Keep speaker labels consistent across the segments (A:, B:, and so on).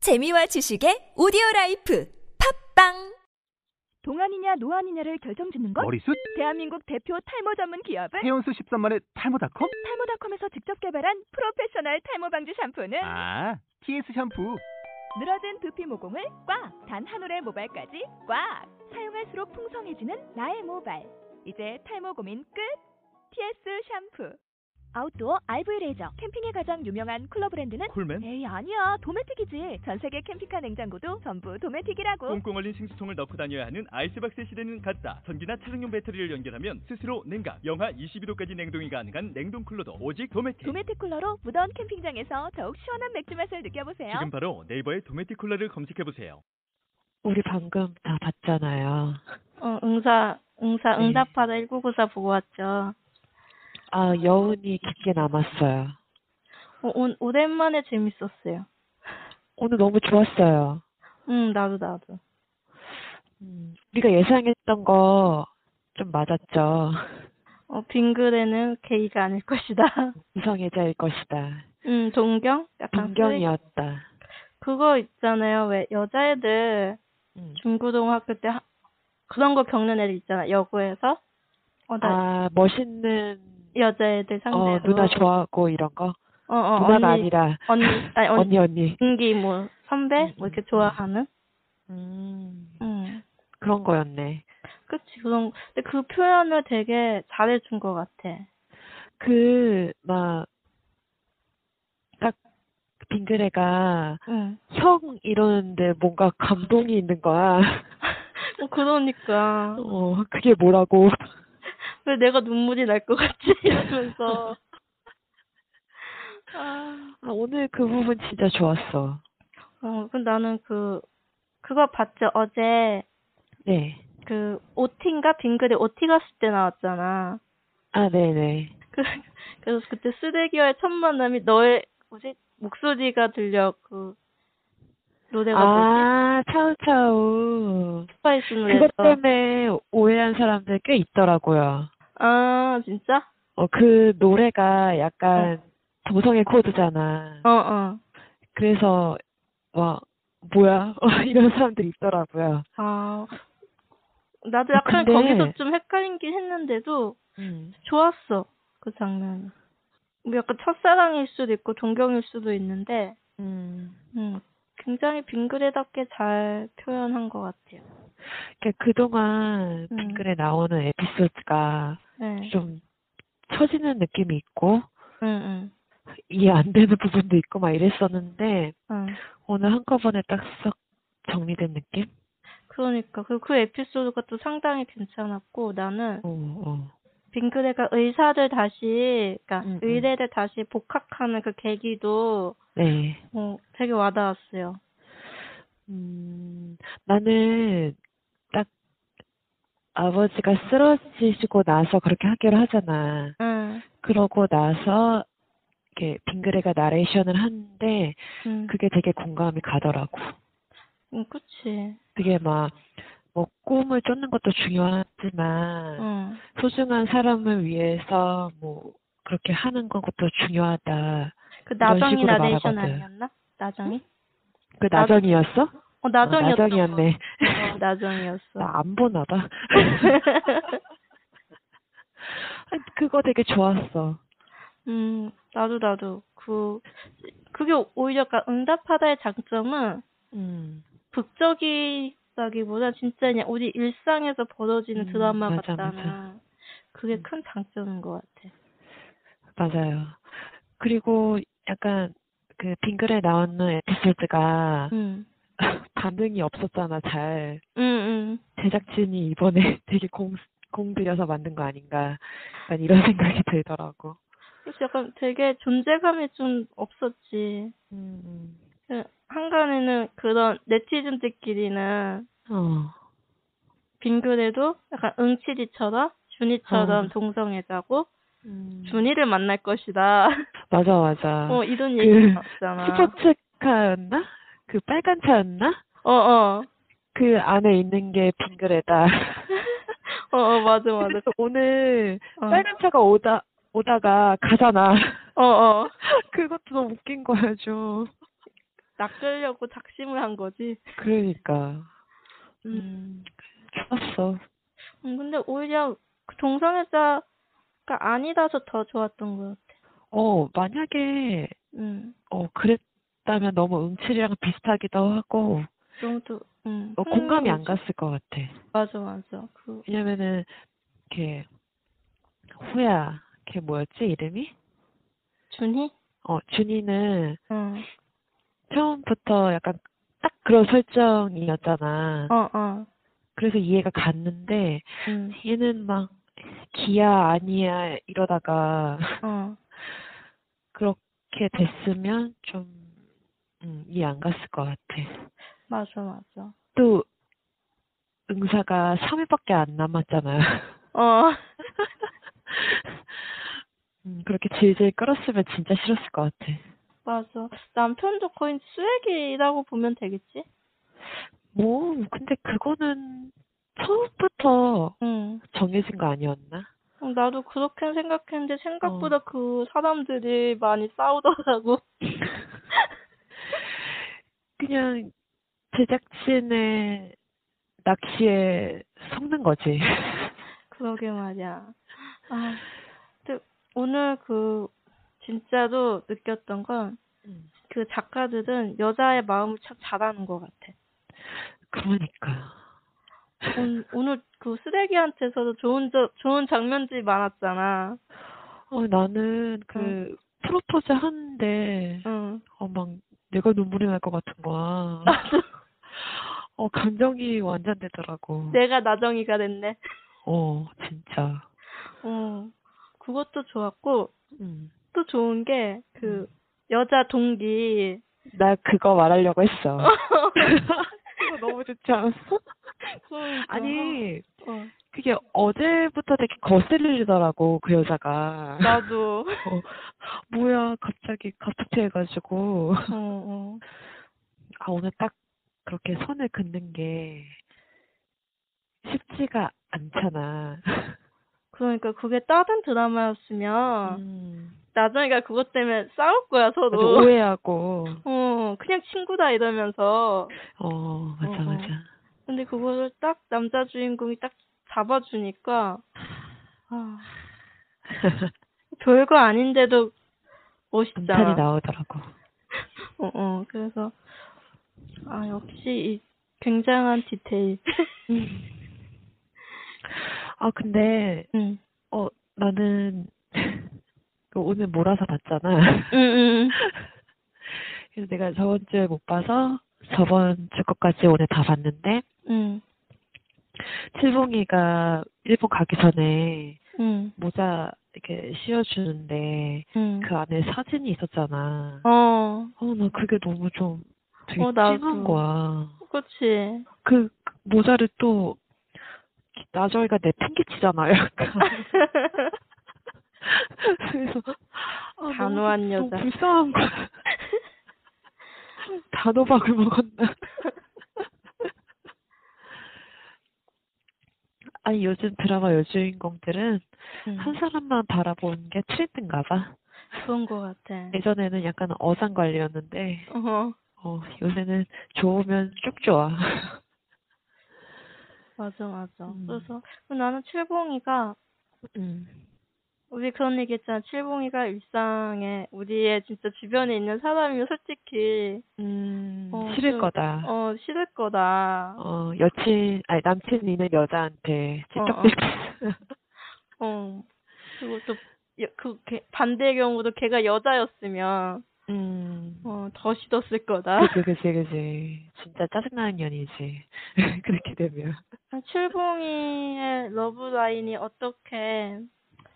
A: 재미와 지식의 오디오 라이프 팝빵
B: 동안이냐 노안이냐를 결정짓는 것?
C: 머리숱
B: 대한민국 대표 탈모 전문 기업은
C: 헤어수 13만의 탈모닷컴
B: 탈모닷컴에서 직접 개발한 프로페셔널 탈모 방지 샴푸는
C: 아 TS 샴푸
B: 늘어진 두피 모공을 꽉! 단 한 올의 모발까지 꽉! 사용할수록 풍성해지는 나의 모발. 이제 탈모 고민 끝! TS 샴푸. 아웃도어 RV 레이저. 캠핑에 가장 유명한 쿨러 브랜드는?
D: 콜맨?
B: 에이, 아니야. 도메틱이지. 전 세계 캠핑카 냉장고도 전부 도메틱이라고.
D: 꽁꽁 얼린 싱수통을 넣고 다녀야 하는 아이스박스 시대는 갔다. 전기나 차량용 배터리를 연결하면 스스로 냉각, 영하 22도까지 냉동이 가능한 냉동 쿨러도 오직 도메틱.
B: 도메틱 쿨러로 무더운 캠핑장에서 더욱 시원한 맥주 맛을 느껴보세요.
D: 지금 바로 네이버에 도메틱 쿨러를 검색해 보세요.
E: 우리 방금 다 봤잖아요.
F: 어, 응사, 응사,
E: 네.
F: 응답하다 1994 보고 왔죠.
E: 아, 여운이 깊게 남았어요.
F: 어, 온, 오랜만에 재밌었어요.
E: 오늘 너무 좋았어요.
F: 응, 나도, 나도.
E: 음, 우리가 예상했던 거 좀 맞았죠.
F: 어, 빙글에는 게이가 아닐 것이다.
E: 이성애자일 것이다.
F: 응, 동경? 약간.
E: 변경이었다.
F: 그거 있잖아요. 왜 여자애들
E: 음.
F: 중고등학교 때 하- 그런 거 겪는 애들 있잖아. 여고에서. 어, 나
E: 아, 멋있는
F: 여자애들 상대로.
E: 어, 누나 좋아하고 이런 거?
F: 어, 어,
E: 누나가
F: 언니,
E: 아니라
F: 언니, 아니, 언니,
E: 언니 언니.
F: 동기, 뭐, 선배? 뭐 이렇게 좋아하는?
E: 음,
F: 응.
E: 그런 거였네.
F: 그치, 그런, 거. 근데 그 표현을 되게 잘해준 것 같아.
E: 그, 막, 딱, 빙그레가
F: 응.
E: 형 이러는데 뭔가 감동이 있는 거야.
F: 어, 그러니까.
E: 어, 그게 뭐라고.
F: 왜 내가 눈물이 날 것 같지? 이러면서.
E: 아, 오늘 그 부분 진짜 좋았어.
F: 어, 근데 나는 그, 그거 봤죠. 어제,
E: 네.
F: 그, 오티인가? 빙글에 오티 갔을 때 나왔잖아.
E: 아, 네네.
F: 그, 그래서 그때 쓰레기와의 첫 만남이 너의, 뭐지? 목소리가 들려, 그, 노래가 뭐지?
E: 아, 차우차우.
F: 스파이스 노래에서.
E: 그것 때문에 오해한 사람들 꽤 있더라고요.
F: 아, 진짜?
E: 어, 그 노래가 약간 동성애 코드잖아.
F: 어, 어.
E: 그래서, 와, 뭐야? 이런 사람들이 있더라고요.
F: 아. 나도 약간
E: 근데-
F: 거기서 좀 헷갈리긴 했는데도,
E: 음.
F: 좋았어 그 장면이 뭐 약간 첫사랑일 수도 있고 동경일 수도 있는데
E: 음.
F: 음, 굉장히 빙그레답게 잘 표현한 것 같아요
E: 그러니까 그동안
F: 음.
E: 댓글에 나오는 에피소드가
F: 네.
E: 좀 처지는 느낌이 있고,
F: 응,
E: 이해 안 되는 부분도 있고 막 이랬었는데
F: 응, 응.
E: 오늘 한꺼번에 딱 썩 정리된 느낌?
F: 그러니까 그, 그 에피소드가 또 상당히 괜찮았고 나는
E: 어, 어.
F: 빙그레가 의사를 다시 그러니까
E: 음, 음.
F: 의대를 다시 복학하는 그 계기도
E: 네.
F: 어, 되게 와닿았어요
E: 음, 나는 딱 아버지가 쓰러지시고 나서 그렇게 하기로 하잖아.
F: 응,
E: 그러고 나서 이렇게 빙그레가 나레이션을 하는데
F: 응.
E: 그게 되게 공감이 가더라고.
F: 응, 음, 그치
E: 그게 막 뭐 꿈을 쫓는 것도 중요하지만
F: 응,
E: 소중한 사람을 위해서 뭐 그렇게 하는 건 것도 중요하다.
F: 그
E: 이런
F: 나정이
E: 식으로
F: 나레이션
E: 말하거든.
F: 아니었나? 나정이?
E: 그
F: 나도-
E: 나정이었어?
F: 어,
E: 아,
F: 나정이었던 것
E: 나정이었네.
F: 어, 나정이었어.
E: 나 안 보나 봐. 아니, 그거 되게 좋았어.
F: 음, 나도 나도 그 그게 오히려 약간 응답하다의 장점은
E: 음,
F: 극적이라기보다 진짜 그냥 우리 일상에서 벌어지는
E: 음,
F: 드라마
E: 맞아,
F: 같다는 그게 큰 장점인 것 같아.
E: 맞아요. 그리고 약간 그 빙글에 나오는 에피소드가
F: 음,
E: 반응이 없었잖아, 잘.
F: 음, 음.
E: 제작진이 이번에 되게 공, 공들여서 만든 거 아닌가. 약간 이런 생각이 들더라고.
F: 그래서 약간 되게 존재감이 좀 없었지.
E: 음,
F: 그 한간에는 그런 네티즌들끼리는
E: 어,
F: 빙글에도 약간 응치리처럼 준이처럼
E: 어.
F: 동성애자고
E: 음.
F: 준이를 만날 것이다.
E: 맞아, 맞아.
F: 어, 이런
E: 그
F: 얘기 나왔잖아.
E: 스포츠카였나? 그 빨간 차였나?
F: 어, 어.
E: 그 안에 있는 게 빙그레다.
F: 어, 어, 맞아, 맞아.
E: 근데 또 오늘
F: 어,
E: 빨간 차가 오다 오다가 가잖아.
F: 어, 어.
E: 그것도 너무 웃긴 거야 좀.
F: 낚으려고 작심을 한 거지.
E: 그러니까.
F: 음.
E: 음, 좋았어.
F: 음, 근데 오히려 그 동성애자가 아니라서 더 좋았던 것 같아.
E: 어, 만약에,
F: 음.
E: 어, 그랬다면 너무 음칠이랑 비슷하기도 하고,
F: 좀도 음.
E: 어, 공감이 안
F: 흥미로우지.
E: 갔을 것 같아.
F: 맞아 맞아. 그
E: 왜냐면은, 이렇게, 호야, 걔 뭐였지, 이름이?
F: 준희?
E: 어, 준이는
F: 응.
E: 처음부터 약간 딱 그런 설정이었잖아.
F: 어 어.
E: 그래서 이해가 갔는데,
F: 음.
E: 얘는 막, 기야, 아니야, 이러다가,
F: 어.
E: 그렇게 됐으면 좀, 음, 이해 안 갔을 것 같아.
F: 맞아 맞아.
E: 또, 응사가 3일밖에 안 남았잖아요.
F: 어.
E: 음, 그렇게 질질 끌었으면 진짜 싫었을 것 같아.
F: 맞아. 남편도 거의 쓰레기라고 보면 되겠지?
E: 뭐, 근데 그거는 처음부터
F: 응.
E: 정해진 거 아니었나?
F: 그럼 음, 나도 그렇게 생각했는데 생각보다 그 사람들이 많이 싸우더라고.
E: 그냥 제작진의 낚시에 속는 거지.
F: 그러게 말이야. 아, 근데 오늘 그 진짜로 느꼈던 건 그
E: 음.
F: 작가들은 여자의 마음을 참 잘하는 것 같아.
E: 그러니까.
F: 온- 오늘 그 쓰레기한테서도 좋은 저, 좋은 장면들이 많았잖아.
E: 어, 나는 그 프로포즈 하는데
F: 응.
E: 어, 막 내가 눈물이 날 것 같은 거야. 어, 감정이 완전되더라고.
F: 내가 나정이가 됐네.
E: 어, 진짜.
F: 어. 그것도 좋았고
E: 음.
F: 또 좋은 게 그 여자 동기
E: 나 그거 말하려고 했어. 그거 너무 좋지 않았어?
F: 그러니까.
E: 아니,
F: 어,
E: 그게 어제부터 되게 거슬리더라고, 그 여자가. 어,
F: 나도
E: 뭐야, 갑자기 갑툭튀해가지고.
F: 어, 어.
E: 아, 오늘 딱 그렇게 선을 긋는 게 쉽지가 않잖아.
F: 그러니까 그게 다른 드라마였으면
E: 음.
F: 나정이가 그것 때문에 싸울 거야
E: 맞아,
F: 서로.
E: 오해하고.
F: 어 그냥 친구다 이러면서.
E: 어, 맞아,
F: 어, 어.
E: 맞아.
F: 근데 그거를 딱 남자 주인공이 딱 잡아주니까 아, 별거 아닌데도
E: 감탄이
F: 멋있잖아.
E: 나오더라고.
F: 어, 어. 그래서 아 역시 이 굉장한 디테일.
E: 아, 근데 어,
F: 응.
E: 나는 그 오늘 몰아서 봤잖아.
F: 응, 응.
E: 그래서 내가 저번 주에 못 봐서 저번 주 것까지 오늘 다 봤는데
F: 응.
E: 칠봉이가 일본 가기 전에
F: 응.
E: 모자 이렇게 씌워주는데
F: 응.
E: 그 안에 사진이 있었잖아.
F: 어.
E: 어, 나 그게 너무 좀 되게
F: 어, 나도.
E: 찡한 거야.
F: 그렇지.
E: 그 모자를 또 나저희가 내팽개치잖아, 약간. 그래서 아, 너무
F: 단호한
E: 너무
F: 여자.
E: 불쌍한 거야. 단호박을 먹었나? 아니 요즘 드라마 여주인공들은
F: 응.
E: 한 사람만 바라보는 게 트렌드인가 봐.
F: 그런 것 같아.
E: 예전에는 약간 어장관리였는데
F: 어.
E: 어, 요새는 좋으면 쭉 좋아.
F: 맞아, 맞아.
E: 음.
F: 그래서 나는 칠봉이가
E: 음.
F: 우리 그런 얘기 했잖아. 칠봉이가 일상에 우리의 진짜 주변에 있는 사람이면 솔직히
E: 음,
F: 어,
E: 싫을
F: 좀,
E: 거다.
F: 어 싫을 거다.
E: 어, 여친, 아니, 남친 있는 여자한테
F: 어, 어.
E: 찝쩍대고
F: 어. 그리고 또그 반대의 경우도 걔가 여자였으면
E: 음,
F: 어, 더 싫었을 거다.
E: 그지, 그지, 그지. 진짜 짜증나는 년이지. 그렇게 되면.
F: 칠봉이의 아, 러브 라인이 어떻게?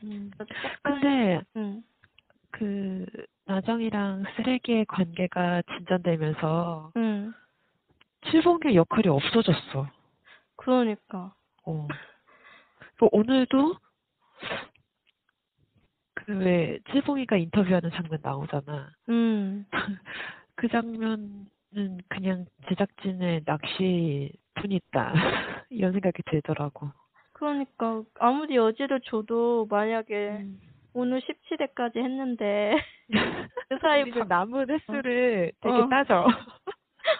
F: 음.
E: 근데,
F: 응.
E: 그, 나정이랑 쓰레기의 관계가 진전되면서,
F: 응.
E: 칠봉의 역할이 없어졌어.
F: 그러니까.
E: 어. 그 오늘도, 그, 왜, 칠봉이가 인터뷰하는 장면 나오잖아.
F: 응.
E: 그 장면은 그냥 제작진의 낚시뿐이다. 이런 생각이 들더라고. 음.
F: 그러니까 아무리 여지를 줘도 만약에 오늘 17회까지 했는데 그 사이
E: 그리고 남은 횟수를
F: 어.
E: 되게 따져.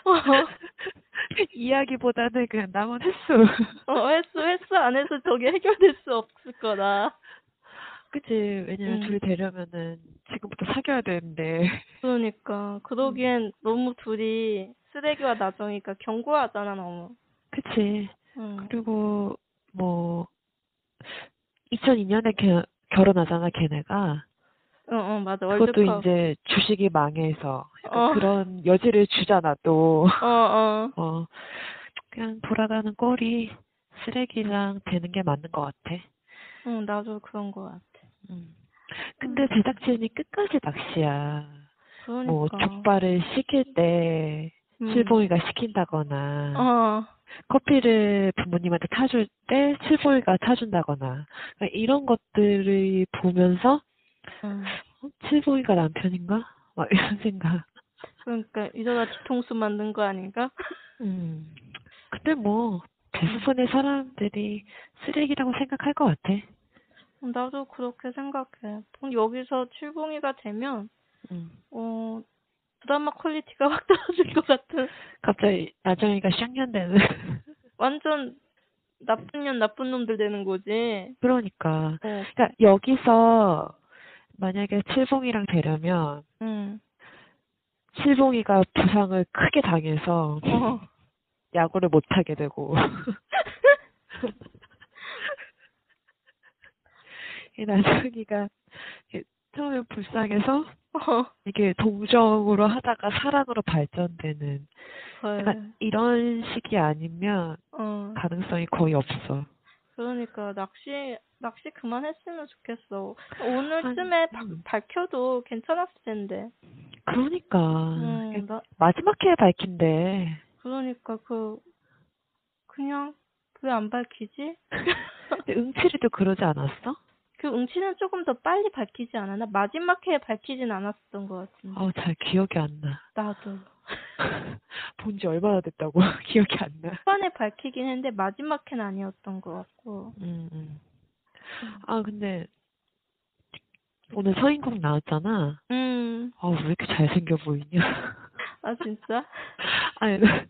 F: 어,
E: 이야기보다는 그냥 남은 횟수.
F: 어, 횟수 횟수 안에서 저게 해결될 수 없을 거다.
E: 그치. 왜냐면
F: 음.
E: 둘이 되려면은 지금부터 사귀어야 되는데.
F: 그러니까 그러기엔
E: 음.
F: 너무 둘이 쓰레기와 나정이가 견고하잖아 너무.
E: 그치.
F: 응.
E: 그리고 뭐 2002년에 걔, 결혼하잖아 걔네가.
F: 어, 어 맞아
E: 그것도
F: 월드컵.
E: 이제 주식이 망해서 약간
F: 어.
E: 그런 여지를 주잖아 또.
F: 어 어.
E: 어 그냥 돌아가는 꼴이 쓰레기랑 되는 게 맞는 것 같아.
F: 응 나도 그런 거 같아.
E: 음. 근데 제작진이 끝까지 낚시야.
F: 그러니까.
E: 뭐 족발을 시킬 때
F: 음.
E: 칠봉이가 시킨다거나
F: 어.
E: 커피를 부모님한테 타줄 때 칠보이가 타준다거나 그러니까 이런 것들을 보면서
F: 응.
E: 어, 칠보이가 남편인가? 막 이런 생각.
F: 그러니까 이러다 뒤통수 맞는 거 아닌가?
E: 음. 근데 뭐 대부분의 사람들이 쓰레기라고 생각할 것 같아.
F: 나도 그렇게 생각해. 또 여기서 칠봉이가 되면
E: 음.
F: 어 드라마 퀄리티가 확 떨어질 것 같은
E: 갑자기 나정이가 쌍년되는
F: 완전 나쁜 년 나쁜 놈들 되는 거지.
E: 그러니까.
F: 어.
E: 그러니까 여기서 만약에 칠봉이랑 되려면
F: 응.
E: 칠봉이가 부상을 크게 당해서
F: 어.
E: 야구를 못 하게 되고. 이 나중이가 이게 처음에 불쌍해서
F: 어.
E: 이게 동정으로 하다가 사랑으로 발전되는
F: 헐.
E: 약간 이런 식이 아니면 음.
F: 어.
E: 가능성이 거의 없어.
F: 그러니까 낚시 낚시 그만했으면 좋겠어. 오늘쯤에 바-
E: 음.
F: 밝혀도 괜찮았을 텐데.
E: 그러니까
F: 음,
E: 이게
F: 나,
E: 마지막 회에 밝힌대.
F: 그러니까 그 그냥 왜 안 밝히지?
E: 근데 응칠이도 그러지 않았어?
F: 그 응치는 조금 더 빨리 밝히지 않았나? 마지막 회에 밝히진 않았던 것 같은데.
E: 아우 어, 잘 기억이 안 나.
F: 나도.
E: 본 지 얼마나 됐다고 기억이 안 나.
F: 초반에 밝히긴 했는데 마지막 회는 아니었던 것 같고.
E: 음, 음. 아, 근데 오늘 서인국 나왔잖아.
F: 음.
E: 아, 왜 이렇게 잘생겨 보이냐?
F: 아 진짜?
E: 아니, 나-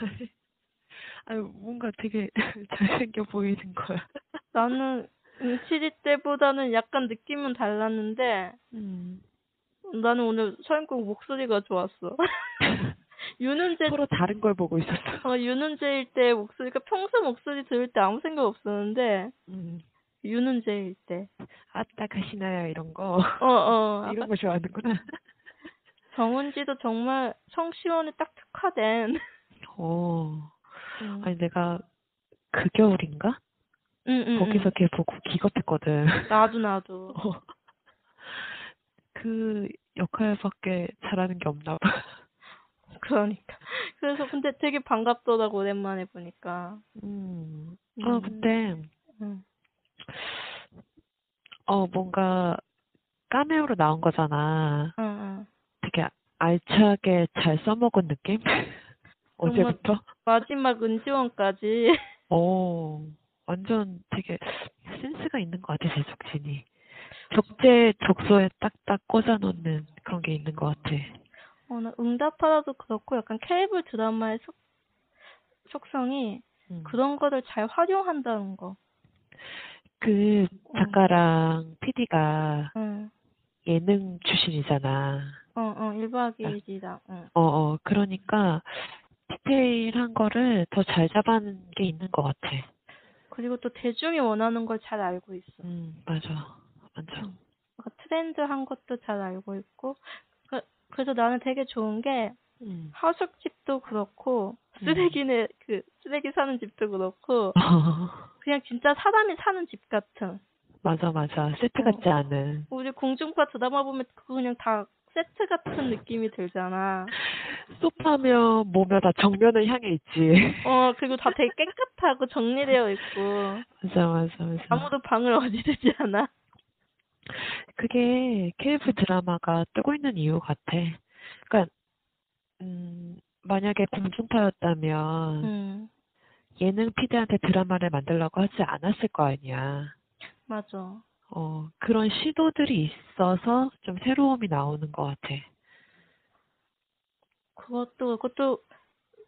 E: 아니, 아니, 뭔가 되게 잘생겨 보이는 거야.
F: 나는 응치리 때보다는 약간 느낌은 달랐는데
E: 음.
F: 나는 오늘 서인국 목소리가 좋았어. 윤은재
E: 서로 다른 걸 보고 있었어.
F: 어, 윤은재일 때 목소리가 평소 목소리 들을 때 아무 생각 없었는데
E: 음.
F: 윤은재일 때.
E: 아따 가시나야 이런 거.
F: 어 어.
E: 이런 거 좋아하는구나.
F: 정은지도 정말 성시원에 딱 특화된.
E: 어. 아니 내가 그 겨울인가?
F: 응, 응,
E: 거기서
F: 응.
E: 걔 보고 기겁했거든.
F: 음, 나도 나도.
E: 어. 그 역할밖에 잘하는 게 없나 봐.
F: 그러니까. 그래서 근데 되게 반갑더라고 오랜만에 보니까.
E: 음. 아
F: 음.
E: 근데
F: 응.
E: 어 뭔가 까메오로 나온 거잖아.
F: 응, 응.
E: 되게 알차게 잘 써먹은 느낌? 어제부터?
F: 마지막 은지원까지.
E: 어 완전 되게 센스가 있는 것 같아 제작진이. 적재 적소에 딱딱 꽂아놓는 그런 게 있는 것 같아.
F: 어, 나 응답하라도 그렇고 약간 케이블 드라마의 속, 속성이
E: 음.
F: 그런 거를 잘 활용한다는 거.
E: 그 작가랑 PD가
F: 응.
E: 예능 출신이잖아.
F: 어, 어, 1박 2일이다. 응.
E: 어, 어, 그러니까 디테일한 거를 더 잘 잡아낸 게 있는 것 같아.
F: 그리고 또 대중이 원하는 걸 잘 알고 있어.
E: 음, 맞아. 맞아.
F: 그러니까 트렌드한 것도 잘 알고 있고. 그, 그래서 나는 되게 좋은 게
E: 음.
F: 하숙집도 그렇고
E: 음.
F: 쓰레기네 그 쓰레기 사는 집도 그렇고 그냥 진짜 사람이 사는 집 같은.
E: 맞아, 맞아. 세트 같지 않은.
F: 우리 공중파 드라마 보면 그거 그냥 다 세트 같은 느낌이 들잖아.
E: 소파며 뭐며 다 정면을 향해 있지.
F: 어 그리고 다 되게 깨끗하고 정리되어 있고
E: 맞아, 맞아, 맞아.
F: 아무도 방을 어지르지 않아.
E: 그게 케이블 드라마가 뜨고 있는 이유 같아. 그러니까, 음, 만약에 공중파였다면
F: 음
E: 예능 PD한테 드라마를 만들라고 하지 않았을 거 아니야.
F: 맞아.
E: 어, 그런 시도들이 있어서 좀 새로움이 나오는 것 같아.
F: 그것도 그것도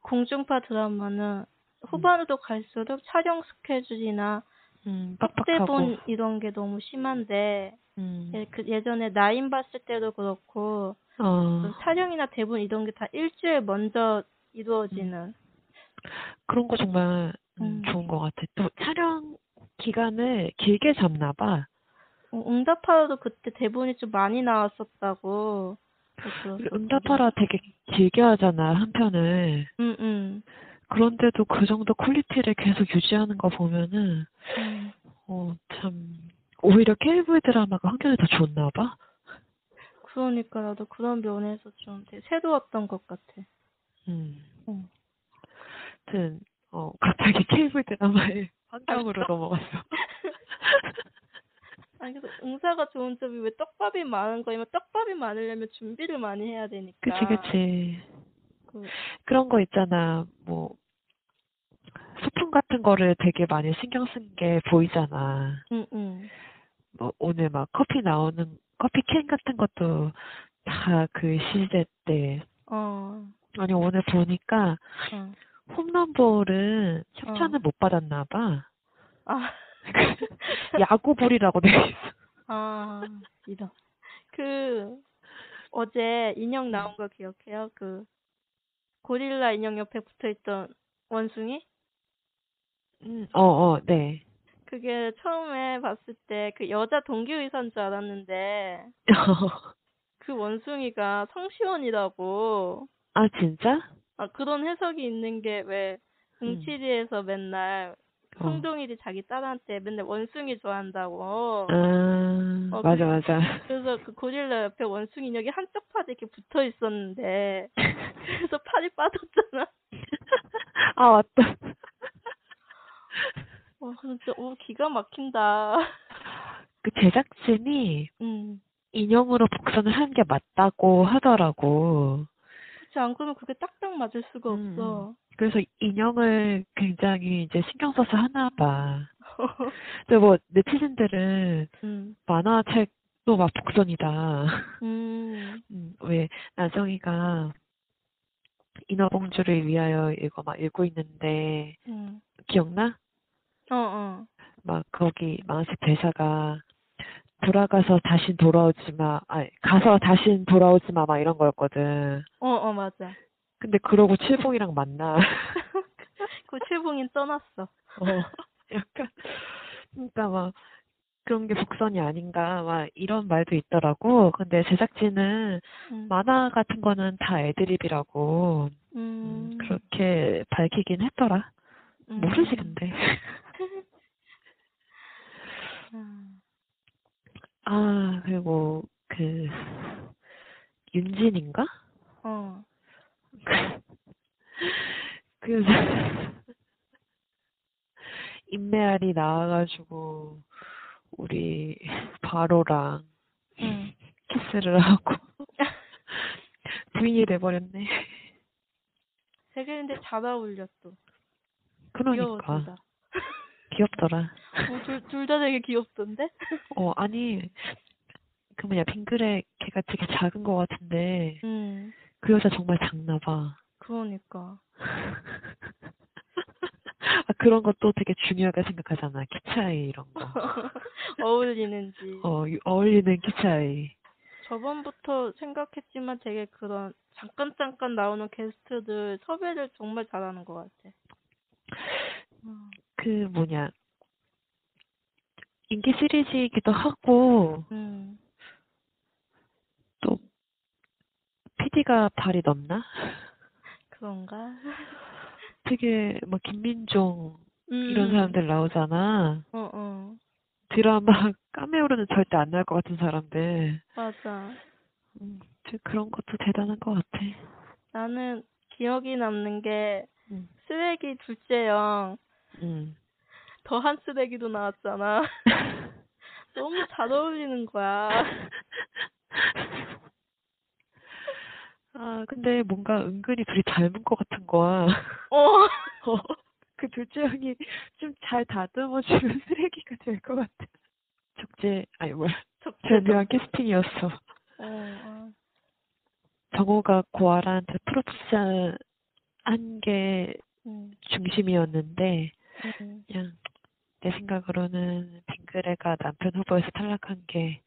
F: 공중파 드라마는 후반으로 갈수록 촬영 스케줄이나
E: 음, 빡빡하고.
F: 확대본 이런 게 너무 심한데
E: 음,
F: 예, 그 예전에 나인 봤을 때도 그렇고
E: 어,
F: 그 촬영이나 대본 이런 게 다 일주일 먼저
E: 음.
F: 이루어지는
E: 그런 거 정말 음,
F: 음.
E: 좋은 것 같아. 또 촬영 기간을 길게 잡나 봐.
F: 어, 응답하라도 그때 대본이 좀 많이 나왔었다고 어,
E: 우리
F: 음.
E: 응답하라 되게 길게 하잖아, 한 편을.
F: 응응 음,
E: 그런데도 그 정도 퀄리티를 계속 유지하는 거 보면은,
F: 음.
E: 어, 참, 오히려 케이블 드라마가 환경이 더 좋나 봐.
F: 그러니까 나도 그런 면에서 좀 되게 새로웠던 것 같아
E: 음.
F: 음.
E: 하여튼, 어, 갑자기 케이블 드라마의
F: 아,
E: 환경으로 넘어갔어.
F: 아니 그래서 응사가 좋은 점이 왜 떡밥이 많은 거냐면 떡밥이 많으려면 준비를 많이 해야 되니까
E: 그치, 그치.
F: 그,
E: 그런 거 있잖아. 뭐, 소품 같은 거를 되게 많이 신경 쓴 게 보이잖아.
F: 응, 응.
E: 뭐, 오늘 막 커피 나오는, 커피 캔 같은 것도 다 그 시대 때.
F: 어,
E: 아니, 오늘 보니까
F: 어.
E: 홈런볼은 협찬을 못 받았나 봐.
F: 아,
E: 야구볼이라고 돼 있어.
F: 아, 이런. 그, 어제 인형 나온 거 기억해요? 그, 고릴라 인형 옆에 붙어 있던 원숭이?
E: 음, 어, 어, 네.
F: 그게 처음에 봤을 때 그 여자 동기 의사인 줄 알았는데, 그 원숭이가 성시원이라고,
E: 아, 진짜?
F: 아, 그런 해석이 있는 게 왜, 응치리에서 맨날,
E: 어.
F: 성동일이 자기 딸한테 맨날 원숭이 좋아한다고.
E: 아,
F: 어,
E: 맞아,
F: 그-
E: 맞아.
F: 그래서 그 고릴라 옆에 원숭이 인형이 한쪽 팔에 이렇게 붙어 있었는데 그래서 팔이 빠졌잖아.
E: 아, 맞다.
F: 와 진짜 오 기가 막힌다.
E: 그 제작진이
F: 음.
E: 인형으로 복선을 한 게 맞다고 하더라고.
F: 그렇지 않 그러면 그게 딱딱 맞을 수가
E: 음,
F: 없어.
E: 그래서 인형을 굉장히 이제 신경 써서 하나 봐. 근데 뭐, 네티즌들은
F: 음.
E: 만화책도 막 복선이다.
F: 음.
E: 음, 왜 나정이가 인어공주를 위하여 이거 막 읽고 있는데
F: 음.
E: 기억나?
F: 어 어.
E: 막 거기 만화책 대사가 돌아가서 다시 돌아오지 마, 아 가서 다시 돌아오지 마, 막 이런 거였거든.
F: 어 어 맞아.
E: 근데 그러고 칠봉이랑 만나.
F: 그 칠봉인 떠났어.
E: 어, 약간, 그러니까 막 그런 게 복선이 아닌가, 막 이런 말도 있더라고. 근데 제작진은
F: 음.
E: 만화 같은 거는 다 애드립이라고 음,
F: 음.
E: 그렇게 밝히긴 했더라.
F: 음.
E: 모르지, 근데.
F: 음.
E: 아, 그리고 그 윤진인가?
F: 어.
E: 그 인메알이 나와가지고 우리 바로랑
F: 음.
E: 키스를 하고 부인이 돼버렸네.
F: 되게 근데 잘 어울려 또. 귀여워 둘
E: 그러니까
F: 다.
E: 귀엽더라.
F: 어, 둘둘 다 되게 귀엽던데?
E: 어 아니 그 뭐냐 빙그레 걔가 되게 작은 것 같은데
F: 음.
E: 그 여자 정말 작나 봐.
F: 그러니까.
E: 아, 그런 것도 되게 중요하게 생각하잖아. 키 차이 이런 거.
F: 어울리는지.
E: 어, 이- 어울리는 키 차이.
F: 저번부터 생각했지만 되게 그런 잠깐 잠깐 나오는 게스트들 섭외를 정말 잘하는 것 같아. 음,
E: 그 뭐냐 인기 시리즈이기도 하고
F: 음.
E: 또 PD가 발이 넘나?
F: 그런가?
E: 되게 뭐 김민종
F: 음.
E: 이런 사람들 나오잖아.
F: 어, 어.
E: 드라마 까메오로는 절대 안 나올 것 같은 사람들.
F: 맞아.
E: 음, 저 그런 것도 대단한 것 같아.
F: 나는 기억이 남는 게
E: 음.
F: 쓰레기 둘째형
E: 음.
F: 더한 쓰레기도 나왔잖아. 너무 잘 어울리는 거야.
E: 아, 근데 뭔가 은근히 둘이 닮은 것 같은 거야.
F: 어.
E: 어, 그 둘째 형이 좀 잘 다듬어주면 쓰레기가 될 것 같아. 적재 아니 뭐야
F: 적재적.
E: 제대한 캐스팅이었어.
F: 어, 아,
E: 정호가 고아라한테 프로포즈 한 게
F: 음,
E: 중심이었는데
F: 음.
E: 그냥 내 생각으로는 빙그레가 남편 후보에서 탈락한 게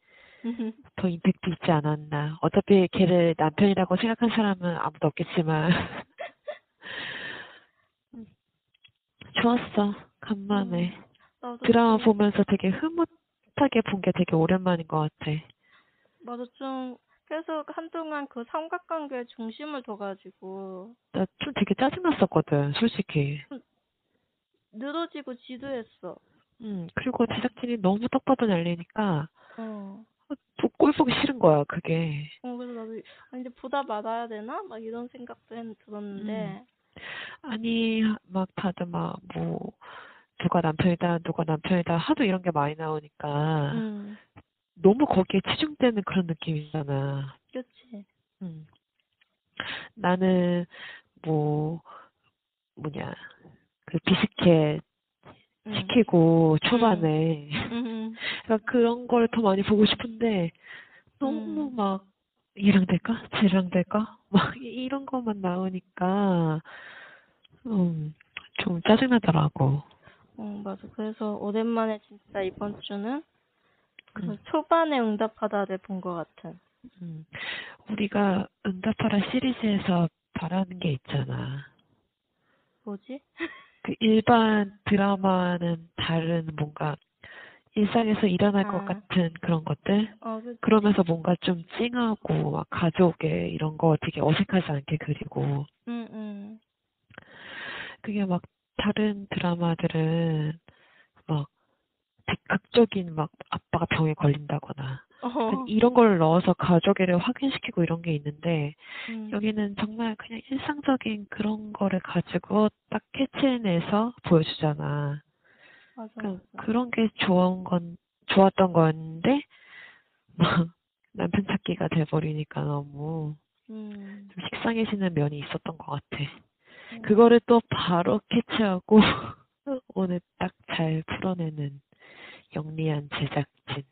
E: 더
F: 음.
E: 임팩트 있지 않았나. 어차피 걔를 남편이라고 생각한 사람은 아무도 없겠지만 좋았어. 간만에
F: 나도
E: 드라마
F: 좀-
E: 보면서 되게 흐뭇하게 본 게 되게 오랜만인 것 같아.
F: 맞아 좀 계속 한동안 그 삼각관계에 중심을 둬가지고
E: 나 좀 되게 짜증났었거든, 솔직히.
F: 늘어지고 지루했어.
E: 음, 그리고 제작진이 너무 떡밥을 날리니까
F: 어.
E: 또 꼴보기 싫은 거야, 그게.
F: 어, 그래서 나도 아, 근데 보다 말아야 되나? 막 이런 생각도 했, 들었는데
E: 아니, 막 다들 막, 뭐, 누가 남편이다, 누가 남편이다, 하도 이런 게 많이 나오니까
F: 음,
E: 너무 거기에 치중되는 그런 느낌이잖아.
F: 그렇지.
E: 음. 나는, 뭐, 뭐냐, 그 비스켓 음.
F: 응.
E: 시키고 초반에
F: 응.
E: 그러니까 그런 걸 더 많이 보고 싶은데 너무
F: 음.
E: 막 얘랑 될까? 쟤랑 될까? 막 이- 이런 것만 나오니까 음, 좀 짜증나더라고.
F: 어, 맞아. 그래서 오랜만에 진짜 이번 주는 그
E: 음.
F: 초반에 응답하다를 본 것 같은.
E: 음. 우리가 응답하라 시리즈에서 바라는 게 있잖아.
F: 뭐지?
E: 그 일반 드라마는 다른 뭔가 일상에서 일어날 것
F: 아.
E: 같은 그런 것들?
F: 어, 그,
E: 그러면서 뭔가 좀 찡하고 막 가족의 이런 거 되게 어색하지 않게 그리고
F: 응, 응.
E: 그게 막 다른 드라마들은 막 극적인 막 아빠가 병에 걸린다거나
F: 어,
E: 그 이런 걸 넣어서 가족애를 확인시키고 이런 게 있는데
F: 음.
E: 여기는 정말 그냥 일상적인 그런 거를 가지고 딱 캐치해내서 보여주잖아.
F: 맞아.
E: 그,
F: 맞아.
E: 그런 게 좋은 건 좋았던 건데 막 남편 찾기가 돼버리니까 너무
F: 음.
E: 좀 식상해지는 면이 있었던 것 같아.
F: 음.
E: 그거를 또 바로 캐치하고 오늘 딱 잘 풀어내는 영리한 제작진.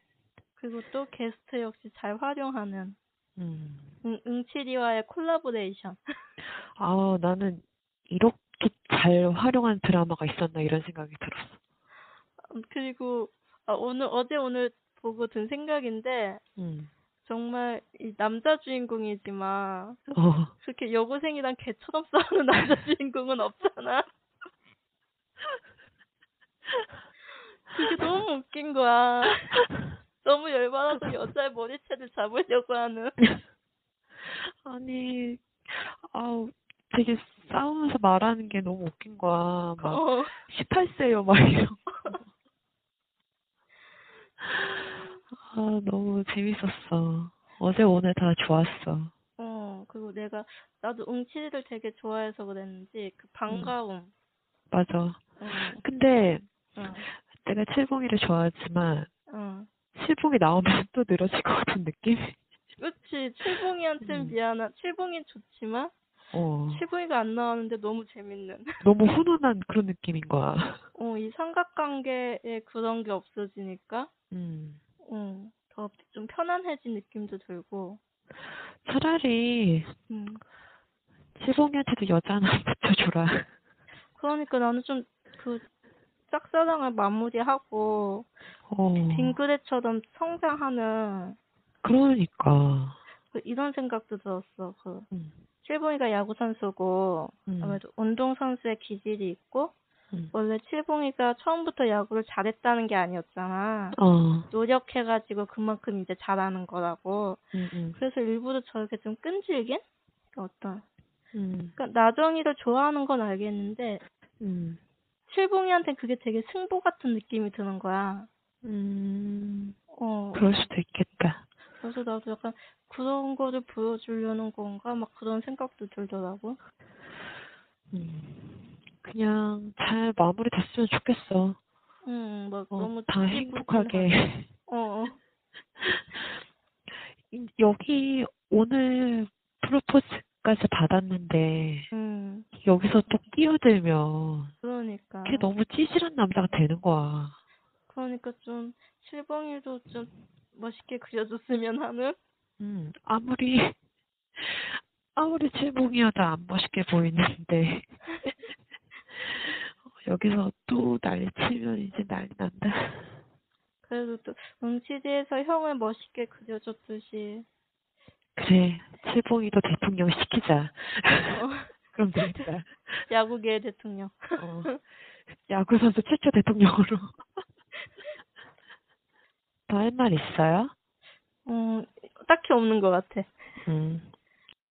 F: 그리고 또 게스트 역시 잘 활용하는
E: 음.
F: 응, 응칠이와의 콜라보레이션.
E: 아, 나는 이렇게 잘 활용한 드라마가 있었나 이런 생각이 들었어.
F: 음, 그리고 아, 오늘 어제 오늘 보고 든 생각인데
E: 음.
F: 정말 이 남자 주인공이지만
E: 어,
F: 그렇게 여고생이랑 개처럼 싸우는 남자 주인공은 없잖아. 그게 너무 웃긴 거야. 너무 열받아서 여자의 머리채를 잡으려고 하는.
E: 아니, 아우, 되게 싸우면서 말하는 게 너무 웃긴 거야. 막
F: 어,
E: 18세요, 막 이런 거. 아, 너무 재밌었어. 어제 오늘 다 좋았어.
F: 어, 그리고 내가 나도 웅치를 되게 좋아해서 그랬는지 그 반가움. 어,
E: 맞아.
F: 응,
E: 근데
F: 응,
E: 내가 701을 좋아하지만
F: 응.
E: 7봉이 나오면 또 늘어질 것 같은 느낌?
F: 그치, 칠봉이한텐
E: 음.
F: 미안한, 칠봉이 좋지만,
E: 어,
F: 칠봉이가 안 나왔는데 너무 재밌는.
E: 너무 훈훈한 그런 느낌인 거야.
F: 어, 이 삼각관계에 그런 게 없어지니까,
E: 음.
F: 어, 더 좀 편안해진 느낌도 들고,
E: 차라리
F: 음.
E: 칠봉이한테도 여자 하나 붙여줘라.
F: 그러니까 나는 좀, 그, 짝사랑을 마무리하고,
E: 어,
F: 빙그레처럼 성장하는,
E: 그러니까.
F: 그 이런 생각도 들었어. 그,
E: 음,
F: 칠봉이가 야구선수고,
E: 음,
F: 아무래도 운동선수의 기질이 있고,
E: 음.
F: 원래 칠봉이가 처음부터 야구를 잘했다는 게 아니었잖아.
E: 어, 음,
F: 노력해가지고 그만큼 이제 잘하는 거라고.
E: 음,
F: 그래서 일부러 저렇게 좀 끈질긴? 어떤.
E: 음,
F: 그러니까 나정이를 좋아하는 건 알겠는데,
E: 음,
F: 칠봉이한테 그게 되게 승보 같은 느낌이 드는 거야.
E: 음,
F: 어.
E: 그럴 수도 있겠다.
F: 그래서 나도 약간 그런 거를 보여주려는 건가? 막 그런 생각도 들더라고.
E: 음, 그냥 잘 마무리 됐으면 좋겠어.
F: 음, 막
E: 어,
F: 너무
E: 다 행복하게.
F: 어, 어.
E: 이- 여기 오늘 프로포즈까지 받았는데
F: 음,
E: 여기서 또 끼어들면
F: 그러니까.
E: 걔 너무 찌질한 남자가 되는 거야.
F: 그러니까 좀 실봉이도 좀 멋있게 그려줬으면 하는
E: 음, 아무리, 아무리 칠봉이어도 안 멋있게 보이는데. 어, 여기서 또 난리 치면 이제 난리 난다.
F: 그래도 또 응치지에서 형을 멋있게 그려줬듯이
E: 그래, 칠봉이도 대통령 시키자.
F: 어.
E: 그럼 되겠다.
F: 야구계의 대통령.
E: 어, 야구선수 최초 대통령으로. 더 할 말 있어요?
F: 음, 어, 딱히 없는 것 같아.
E: 음,